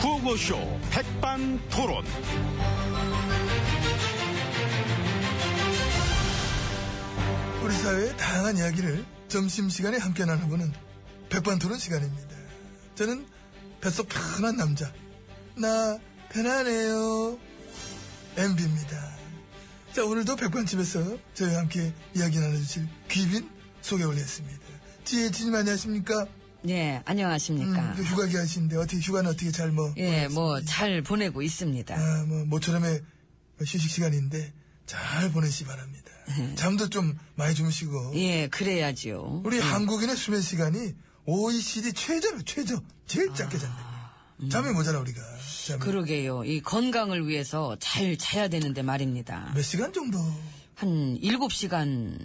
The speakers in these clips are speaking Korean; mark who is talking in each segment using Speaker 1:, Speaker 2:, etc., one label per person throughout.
Speaker 1: 구호쇼 백반토론.
Speaker 2: 우리 사회의 다양한 이야기를 점심시간에 함께 나누고는 백반토론 시간입니다. 저는 뱃속 편한 남자. 나 편안해요. MB입니다. 자, 오늘도 백반집에서 저희와 함께 이야기 나눠주실 귀빈 소개 올렸습니다. 지혜진님 안녕하십니까?
Speaker 3: 예,
Speaker 2: 음,
Speaker 3: 안녕하십니까.
Speaker 2: 휴가 기하신데 어떻게 휴가는 어떻게 잘 뭐.
Speaker 3: 예, 뭐, 잘 보내고 있습니다.
Speaker 2: 아, 뭐, 모처럼의 휴식 시간인데 잘 보내시 기 바랍니다. 잠도 좀 많이 주무시고.
Speaker 3: 예, 그래야지요. 음,
Speaker 2: 우리 한국인의 수면 시간이 OECD 최저로 최저 제일 짧게 잤네. 잠이 모자라 우리가. 잠이.
Speaker 3: 아, 음. 그러게요. 이 건강을 위해서 잘 자야 되는데 말입니다.
Speaker 2: 몇 시간 정도?
Speaker 3: 한 7시간,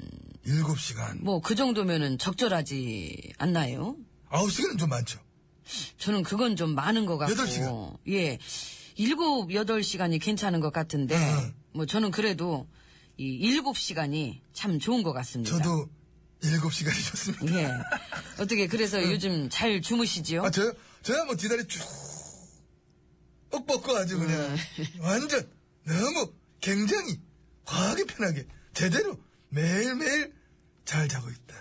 Speaker 2: 일곱 시간.
Speaker 3: 뭐, 그 정도면은 적절하지 않나요?
Speaker 2: 아홉 시간은 좀 많죠.
Speaker 3: 저는 그건 좀 많은 것 같고.
Speaker 2: 여덟 시간.
Speaker 3: 예. 일곱, 여덟 시간이 괜찮은 것 같은데,
Speaker 2: 아.
Speaker 3: 뭐, 저는 그래도 이 일곱 시간이 참 좋은 것 같습니다.
Speaker 2: 저도 일곱 시간이 좋습니다.
Speaker 3: 예. 어떻게, 그래서 요즘 잘 주무시지요?
Speaker 2: 음. 아 저요? 저야 뭐 뒤다리 쭉 뻑뻑고 아주 그냥
Speaker 3: 네.
Speaker 2: 완전 너무 굉장히 과하게 편하게 제대로 매일매일 잘 자고 있다.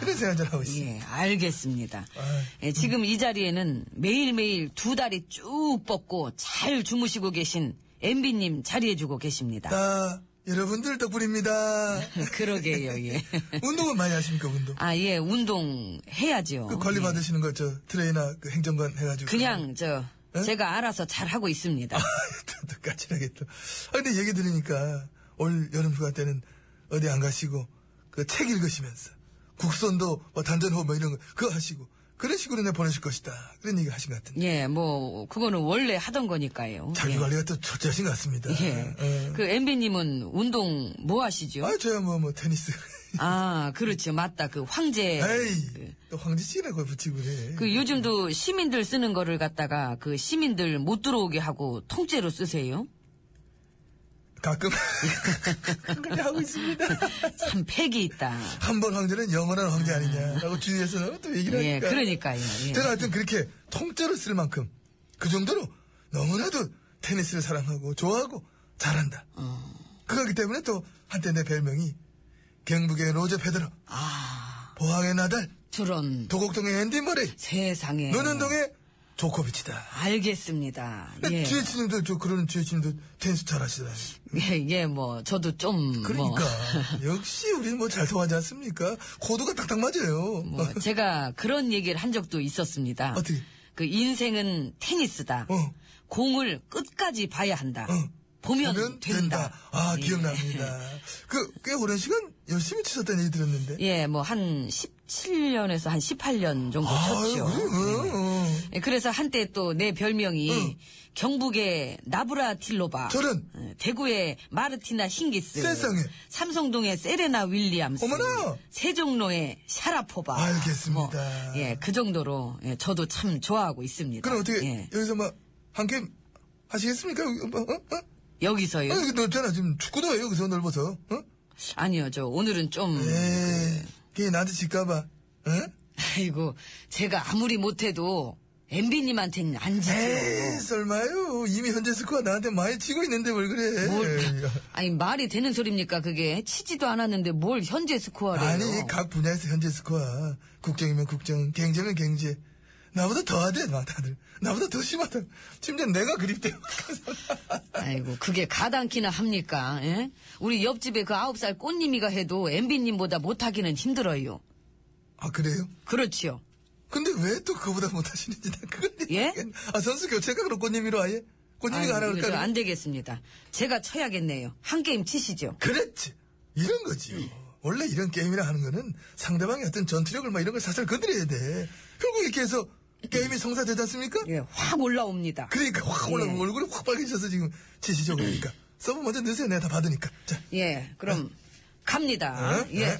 Speaker 2: 그런 생각을 하고 있습니다.
Speaker 3: 아, 예, 알겠습니다.
Speaker 2: 아이,
Speaker 3: 예, 지금 이 자리에는 매일매일 두 다리 쭉 뻗고 잘 주무시고 계신 MB님 자리해주고 계십니다.
Speaker 2: 다 아, 여러분들 덕분입니다.
Speaker 3: 그러게요, 예.
Speaker 2: 운동은 많이 하십니까 운동?
Speaker 3: 아, 예, 운동 해야죠. 예.
Speaker 2: 그 관리 받으시는 거 저 트레이너 그 행정관 해가지고
Speaker 3: 어, 그냥, 저,
Speaker 2: 예?
Speaker 3: 제가 알아서 잘하고 있습니다.
Speaker 2: 똑같이하게 또. 아 근데 얘기 들으니까 올 여름 휴가 때는 어디 안 가시고 그 책 읽으시면서 국선도 뭐 단전호 뭐 이런 거 그거 하시고 그런 식으로 내 보내실 것이다 그런 얘기 하신 것 같은데
Speaker 3: 예, 뭐, 그거는 원래 하던 거니까요.
Speaker 2: 자기
Speaker 3: 예.
Speaker 2: 관리가 또 철저하신 것 같습니다.
Speaker 3: 예.
Speaker 2: 예.
Speaker 3: 그 MB님은 운동 뭐 하시죠?
Speaker 2: 아 저야 뭐 뭐 테니스.
Speaker 3: 아, 그렇죠. 맞다. 그 황제.
Speaker 2: 에이 또 황제 씨나 그걸 붙이고 그래.
Speaker 3: 예. 그 요즘도 시민들 쓰는 거를 갖다가 그 시민들 못 들어오게 하고 통째로 쓰세요?
Speaker 2: 가끔 그렇게 하고 있습니다.
Speaker 3: 참 팩이 있다.
Speaker 2: 한 번 황제는 영원한 황제 아니냐라고 주위에서는 또 얘기를
Speaker 3: 예,
Speaker 2: 하니까.
Speaker 3: 그러니까요. 예.
Speaker 2: 저는 하여튼 그렇게 통째로 쓸 만큼 그 정도로 너무나도 테니스를 사랑하고 좋아하고 잘한다.
Speaker 3: 어.
Speaker 2: 그렇기 때문에 또 한때 내 별명이 경북의 로저 페더러,
Speaker 3: 아,
Speaker 2: 보항의 나달,
Speaker 3: 저런
Speaker 2: 도곡동의 앤디 머레이,
Speaker 3: 세상에.
Speaker 2: 노현동의 조코비치다.
Speaker 3: 알겠습니다. 예.
Speaker 2: 주혜치님도 저 그런 주혜치님도 테니스 잘하시잖아요.
Speaker 3: 예, 예, 뭐, 저도 좀.
Speaker 2: 그러니까 역시 우리는 뭐 잘 통하지 않습니까? 코드가 딱딱 맞아요.
Speaker 3: 뭐, 뭐 제가 그런 얘기를 한 적도 있었습니다.
Speaker 2: 어떻게?
Speaker 3: 그 인생은 테니스다.
Speaker 2: 어.
Speaker 3: 공을 끝까지 봐야 한다.
Speaker 2: 어.
Speaker 3: 보면,
Speaker 2: 보면
Speaker 3: 된다.
Speaker 2: 아,
Speaker 3: 예.
Speaker 2: 기억납니다. 그, 꽤 오랜 시간 열심히 치셨다는 얘기 들었는데.
Speaker 3: 예, 뭐, 한 17년에서 한 18년 정도
Speaker 2: 아유,
Speaker 3: 쳤죠.
Speaker 2: 그래,
Speaker 3: 예.
Speaker 2: 어, 어.
Speaker 3: 예, 그래서 한때 또 내 별명이
Speaker 2: 응.
Speaker 3: 경북의 나브라틸로바,
Speaker 2: 저런.
Speaker 3: 예, 대구의 마르티나 힌기스,
Speaker 2: 세상에.
Speaker 3: 삼성동의 세레나 윌리엄스,
Speaker 2: 어머나.
Speaker 3: 세종로의 샤라포바.
Speaker 2: 알겠습니다.
Speaker 3: 뭐, 예, 그 정도로 예, 저도 참 좋아하고 있습니다.
Speaker 2: 그럼 어떻게,
Speaker 3: 예.
Speaker 2: 여기서 막, 한 게임 하시겠습니까? 여기, 뭐, 어? 어?
Speaker 3: 여기서요?
Speaker 2: 어, 여기 넓잖아. 지금 축구도 해요. 여기서 넓어서.
Speaker 3: 음,
Speaker 2: 어?
Speaker 3: 아니요, 저 오늘은 좀
Speaker 2: 네. 에이, 걔 나한테 질까봐. 어?
Speaker 3: 아이고 제가 아무리 못해도 엠비님한테는 안
Speaker 2: 에이,
Speaker 3: 지죠.
Speaker 2: 설마요. 이미 현재 스코어 나한테 많이 치고 있는데 뭘 그래.
Speaker 3: 뭘?
Speaker 2: 에이.
Speaker 3: 아니 말이 되는 소리입니까 그게 치지도 않았는데 뭘 현재 스코어래요?
Speaker 2: 아니, 각 분야에서 현재 스코어. 국정이면 국정, 경제면 경제. 나보다 더하대, 막 다들. 나보다 더 심하다. 심지어 내가 그립대.
Speaker 3: 아이고 그게 가당키나 합니까? 예? 우리 옆집에 그 아홉 살 꽃님이가 해도 엠비님보다 못하기는 힘들어요.
Speaker 2: 아, 그래요?
Speaker 3: 그렇지요.
Speaker 2: 근데 왜 또 그거보다 못하시는지 난 그걸
Speaker 3: 예?
Speaker 2: 모르겠네. 아 선수 교체가 그럼 꽃님이로 아예
Speaker 3: 아이고,
Speaker 2: 꽃님이가 그러니까. 하라
Speaker 3: 이거 저
Speaker 2: 까
Speaker 3: 안 되겠습니다. 제가 쳐야겠네요. 한 게임 치시죠.
Speaker 2: 그랬지 이런 거지 원래 이런 게임이라 하는 거는 상대방의 어떤 전투력을 막 이런 걸 사실 건드려야 돼 결국 이렇게 해서 게임이 성사되지 않습니까?
Speaker 3: 예, 확 올라옵니다.
Speaker 2: 그러니까 확 올라
Speaker 3: 예.
Speaker 2: 얼굴이 확 빨개져서 지금 지시죠 그러니까 서브 먼저 넣으세요 내가 다 받으니까 자
Speaker 3: 예, 그럼 갑니다.
Speaker 2: 어?
Speaker 3: 예.
Speaker 2: 어?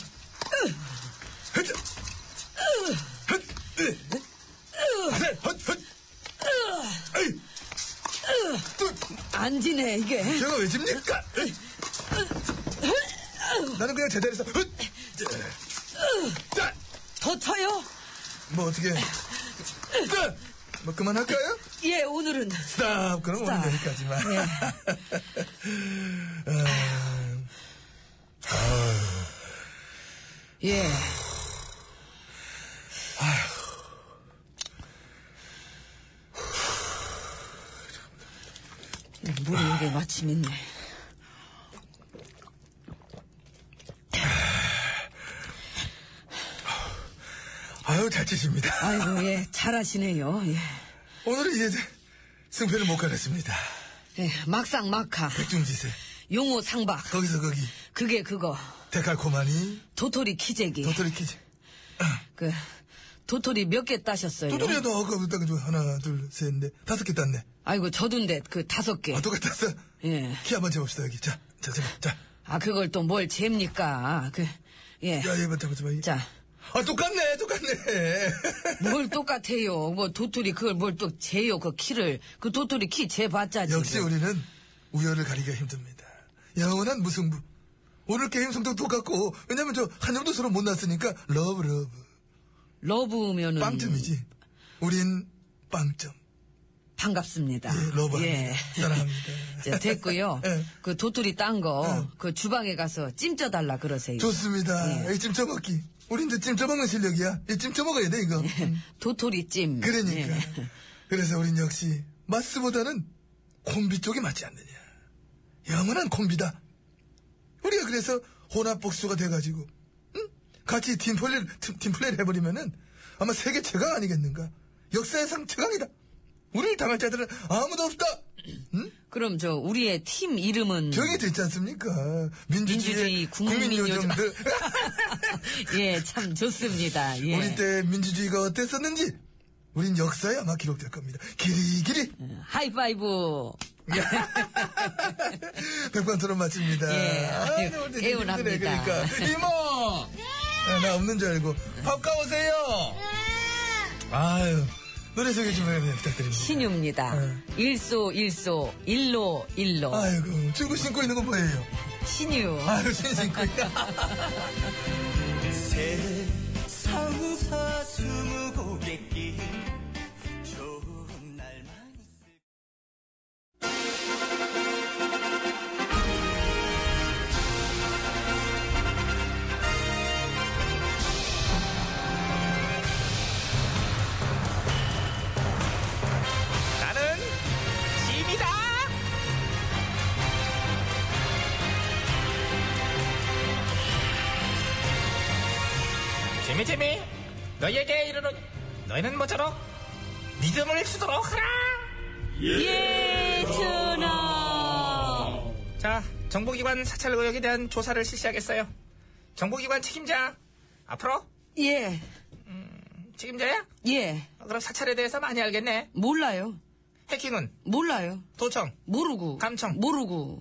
Speaker 2: 헛! 헛! 으! 헛! 헛! 헛! 아이! 또
Speaker 3: 안 지네 이게.
Speaker 2: 제가 왜 집니까? 나는 그냥 제자리에서 훗! 자,
Speaker 3: 더 쳐요?
Speaker 2: 뭐 어떻게 자, 뭐 그만할까요?
Speaker 3: 예. 예, 오늘은.
Speaker 2: 스탑! 그럼 오늘
Speaker 3: 스탑.
Speaker 2: 여기까지만.
Speaker 3: 예.
Speaker 2: 아,
Speaker 3: 예. 물이 이게 마침 있네.
Speaker 2: 아유, 잘 치십니다.
Speaker 3: 아이고, 예, 잘하시네요, 예.
Speaker 2: 오늘은 이제 승패를 못 가렸습니다.
Speaker 3: 예, 막상 막하,
Speaker 2: 백중지세.
Speaker 3: 용호 상박,
Speaker 2: 거기서 거기.
Speaker 3: 그게 그거,
Speaker 2: 데칼코마니,
Speaker 3: 도토리 키재기.
Speaker 2: 도토리 키즈.
Speaker 3: 그, 도토리 몇 개 따셨어요?
Speaker 2: 도토리에도 아까 그딱 하나, 둘, 셋, 넷, 다섯 개 땄네.
Speaker 3: 아이고, 저둔데, 그 다섯 개.
Speaker 2: 아, 똑같았어.
Speaker 3: 예.
Speaker 2: 키 한번 재봅시다, 여기. 자, 자, 재봐. 자.
Speaker 3: 아, 그걸 또 뭘 잽니까? 그, 예.
Speaker 2: 야, 얘만 잡아줘봐. 얘.
Speaker 3: 자,
Speaker 2: 아, 똑같네, 똑같네. 예.
Speaker 3: 뭘 똑같아요. 뭐, 도토리 그걸 뭘 또 재요, 그 키를. 그 도토리 키 재봤자, 지금.
Speaker 2: 역시 우리는 우열을 가리기가 힘듭니다. 영원한 무승부. 오늘 게임 성적 똑같고, 왜냐면 저 한점도 서로 못 났으니까, 러브, 러브.
Speaker 3: 러브면은.
Speaker 2: 빵점이지. 우린 빵점.
Speaker 3: 반갑습니다.
Speaker 2: 예, 러브.
Speaker 3: 예.
Speaker 2: 사랑합니다.
Speaker 3: 이제 됐고요.
Speaker 2: 예.
Speaker 3: 그 도토리 딴 거, 그 주방에 가서 찜쪄달라 그러세요. 예.
Speaker 2: 좋습니다. 이 찜쪄 먹기. 우린 이제 찜쪄 먹는 실력이야. 이 찜쪄 먹어야 돼, 이거. 음.
Speaker 3: 도토리 찜.
Speaker 2: 그러니까.
Speaker 3: 예.
Speaker 2: 그래서 우린 역시, 마스보다는 콤비 쪽이 맞지 않느냐. 영원한 콤비다. 우리가 그래서 혼합복수가 돼가지고, 응? 같이 팀플레이를, 팀- 팀플레이를 해버리면은 아마 세계 최강 아니겠는가. 역사상 최강이다. 우리를 당할 자들은 아무도 없다! 응?
Speaker 3: 그럼 저, 우리의 팀 이름은.
Speaker 2: 정해져 있지 않습니까? 민주주의,
Speaker 3: 음. 민주주의
Speaker 2: 국민요정들.
Speaker 3: 국민요정. 예, 참 좋습니다. 예.
Speaker 2: 우리 때 민주주의가 어땠었는지 우린 역사에 아마 기록될 겁니다. 길이길이
Speaker 1: 음.
Speaker 3: 하이파이브.
Speaker 2: 백반토론 마칩니다.
Speaker 3: 예, 아유,
Speaker 2: 나 오늘 되게
Speaker 3: 개운합니다.
Speaker 2: 힘드네, 그러니까. 이모! 아, 나 없는 줄 알고 밥 가오세요. 아유 노래 소개 좀 해요, 부탁드립니다.
Speaker 3: 신유입니다.
Speaker 2: 예.
Speaker 3: 일소, 일소, 일로, 일로.
Speaker 1: 뭐.
Speaker 2: 아이고 친구 신고 있는 건 뭐예요?
Speaker 3: 신유.
Speaker 2: 아유 신 신고 있다.
Speaker 4: 상사 스무 고객길 좋은 날만
Speaker 1: 나는 짐이다. 재미 재미 너에게 이르러 너희는 모쪼록 믿음을 주도록 하라.
Speaker 3: 예, 전하.
Speaker 1: 자 정보기관 사찰 의혹에 대한 조사를 실시하겠어요. 정보기관 책임자 앞으로
Speaker 3: 예,
Speaker 1: 책임자야?
Speaker 3: 예.
Speaker 1: 그럼 사찰에 대해서 많이 알겠네.
Speaker 3: 몰라요.
Speaker 1: 해킹은
Speaker 3: 몰라요.
Speaker 1: 도청
Speaker 3: 모르고.
Speaker 1: 감청.
Speaker 3: 모르고.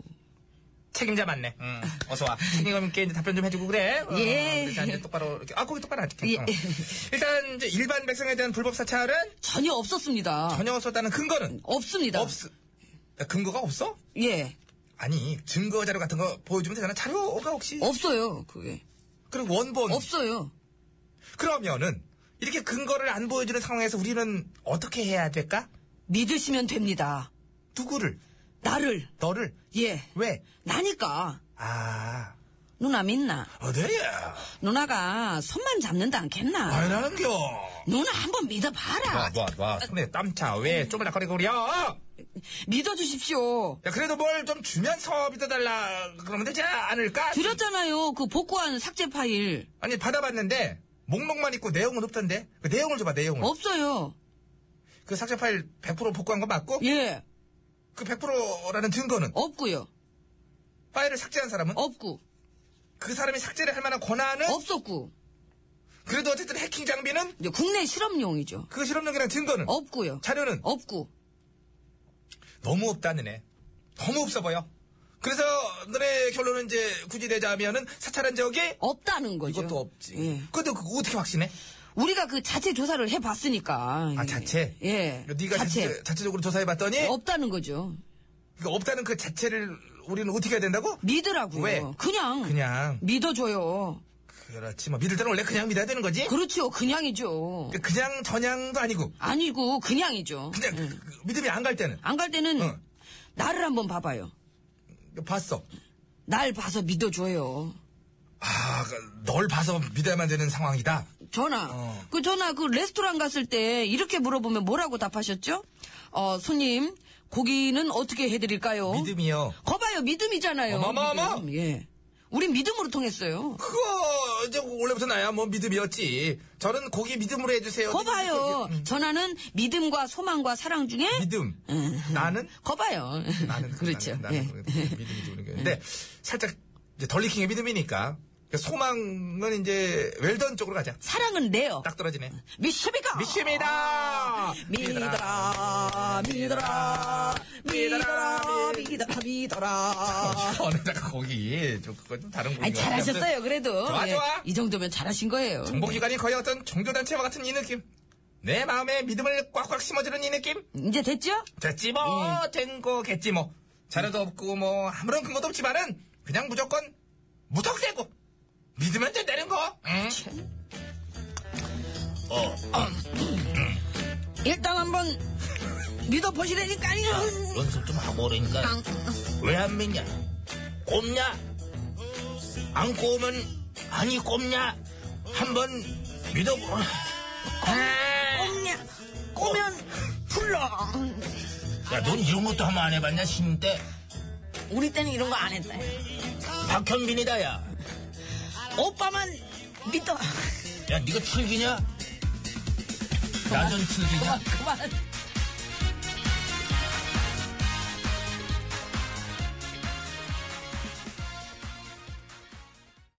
Speaker 1: 책임자 맞네. 응, 음, 어서 와. 책임감있게 이제 답변 좀 해주고 그래. 어,
Speaker 3: 예.
Speaker 1: 그래서 이제 똑바로 이렇게. 아, 거기 똑바로 앉게.
Speaker 3: 예.
Speaker 1: 어. 일단 이제 일반 백성에 대한 불법 사찰은
Speaker 3: 전혀 없었습니다.
Speaker 1: 전혀 없었다는 근거는
Speaker 2: 음.
Speaker 3: 없습니다.
Speaker 1: 없. 아, 근거가 없어?
Speaker 3: 예,
Speaker 1: 아니 증거 자료 같은 거 보여주면 되잖아. 자료가 혹시?
Speaker 3: 없어요. 그게
Speaker 1: 그리고 원본.
Speaker 3: 없어요.
Speaker 1: 그러면은 이렇게 근거를 안 보여주는 상황에서 우리는 어떻게 해야 될까?
Speaker 3: 믿으시면 됩니다.
Speaker 1: 누구를?
Speaker 3: 나를
Speaker 1: 너를?
Speaker 3: 예
Speaker 1: 왜?
Speaker 3: 나니까
Speaker 1: 아
Speaker 3: 누나 믿나?
Speaker 1: 어디야? 네.
Speaker 3: 누나가 손만 잡는다 않겠나?
Speaker 1: 아니라는겨.
Speaker 3: 누나 한번
Speaker 1: 와,
Speaker 3: 믿어봐라.
Speaker 1: 와, 와. 손에 땀차. 왜 쪼물락거리고 그려?
Speaker 3: 믿어주십시오.
Speaker 1: 야, 그래도 뭘 좀 주면서 믿어달라 그러면 되지 않을까?
Speaker 3: 드렸잖아요. 그 복구한 삭제 파일
Speaker 1: 아니 받아봤는데 목록만 있고 내용은 없던데 그 내용을 줘봐 내용을
Speaker 3: 없어요.
Speaker 1: 그 삭제 파일 100% 복구한 거 맞고
Speaker 3: 예
Speaker 1: 그 100%라는 증거는
Speaker 3: 없고요.
Speaker 1: 파일을 삭제한 사람은
Speaker 3: 없고
Speaker 1: 그 사람이 삭제를 할 만한 권한은
Speaker 3: 없었고
Speaker 1: 그래도 어쨌든 해킹 장비는
Speaker 3: 이제 국내 실험용이죠.
Speaker 1: 그 실험용이랑 증거는
Speaker 3: 없고요.
Speaker 1: 자료는
Speaker 3: 없고
Speaker 1: 너무 없다는 애 너무 없어 보여 그래서 너네 결론은 이제 굳이 내자면은 사찰한 적이
Speaker 3: 없다는 거죠.
Speaker 1: 이것도 없지
Speaker 3: 예.
Speaker 1: 그것도 그- 어떻게 확신해?
Speaker 3: 우리가 그 자체 조사를 해봤으니까.
Speaker 1: 아
Speaker 3: 예.
Speaker 1: 자체?
Speaker 3: 예.
Speaker 1: 네가 자체. 어? 적으로 조사해봤더니
Speaker 3: 없다는 거죠.
Speaker 1: 그 없다는 그 자체를 우리는 어떻게 해야 된다고?
Speaker 3: 믿으라고요.
Speaker 1: 왜?
Speaker 3: 그냥.
Speaker 1: 그냥
Speaker 3: 믿어줘요.
Speaker 1: 그렇지 뭐 믿을 때는 원래 그냥 믿어야 되는 거지.
Speaker 3: 그렇죠. 그냥이죠.
Speaker 1: 그, 냥 전향도 아니고
Speaker 3: 아니고 그냥이죠.
Speaker 1: 그냥 그- 그 믿음이 안 갈 때는
Speaker 3: 안 갈 때는
Speaker 1: 응.
Speaker 3: 나를 한번 봐봐요.
Speaker 1: 봤어.
Speaker 3: 날 봐서 믿어줘요.
Speaker 1: 아, 그널 봐서 믿어야만 되는 상황이다.
Speaker 3: 전화.
Speaker 1: 어.
Speaker 3: 그 전화 그 레스토랑 갔을 때 이렇게 물어보면 뭐라고 답하셨죠? 어, 손님, 고기는 어떻게 해드릴까요?
Speaker 1: 믿음이요.
Speaker 3: 거봐요, 믿음이잖아요.
Speaker 1: 어마어마어마.
Speaker 3: 믿음. 예. 우린 믿음으로 통했어요.
Speaker 1: 그거 이제 원래부터 나야 뭐 믿음이었지. 저는 고기 믿음으로 해주세요.
Speaker 3: 거봐요. 전화는 믿음과 소망과 사랑 중에
Speaker 1: 음. 믿음. 나는
Speaker 3: 거봐요.
Speaker 1: 나는
Speaker 3: 그렇죠.
Speaker 1: 나는,
Speaker 3: 예.
Speaker 1: 나는 그래도 믿음이 좋은 게. 근데 살짝 이제 덜리킹의 믿음이니까 그러니까 소망은 이제 웰던 쪽으로 가자.
Speaker 3: 사랑은 내요.
Speaker 1: 딱 떨어지네.
Speaker 3: 미십이가.
Speaker 1: 믿습니다.
Speaker 3: 믿어라, 믿어라, 믿어라, 믿어라, 믿어라.
Speaker 1: 어느다가 거기 좀 그거 좀 다른
Speaker 3: 아니,
Speaker 1: 곡인 것 같아요.
Speaker 3: 잘하셨어요, 그래도.
Speaker 1: 예. 좋아,
Speaker 3: 예.
Speaker 1: 좋아.
Speaker 3: 이 정도면 잘하신 거예요.
Speaker 1: 정보기관이 거의 어떤 종교단체와 같은 이 느낌. 내 마음에 믿음을 꽉꽉 심어주는 이 느낌.
Speaker 3: 이제 됐죠?
Speaker 1: 됐지 뭐, 된 거겠지 뭐. 자료도 없고 뭐 아무런 근거도 없지만은 그냥 무조건 무턱대고 믿으면 된다는 거. 응? 어, 아,
Speaker 3: 일단 한번 믿어보시라니까요.
Speaker 1: 연습 좀 하고 오라니까.
Speaker 3: 아.
Speaker 1: 왜 안 믿냐? 꼽냐? 안 꼽으면 아니 꼽냐? 한번 믿어보라.
Speaker 3: 꼬냐, 꼬면 풀러.
Speaker 1: 야, 넌 이런 것도 한번 안 해봤냐, 신인 때?
Speaker 3: 우리 때는 이런 거 안 했다.
Speaker 1: 박현빈이다, 야.
Speaker 3: 오빠만 믿어.
Speaker 1: 야, 네가 칠기냐? 나전 칠기냐?
Speaker 3: 그만.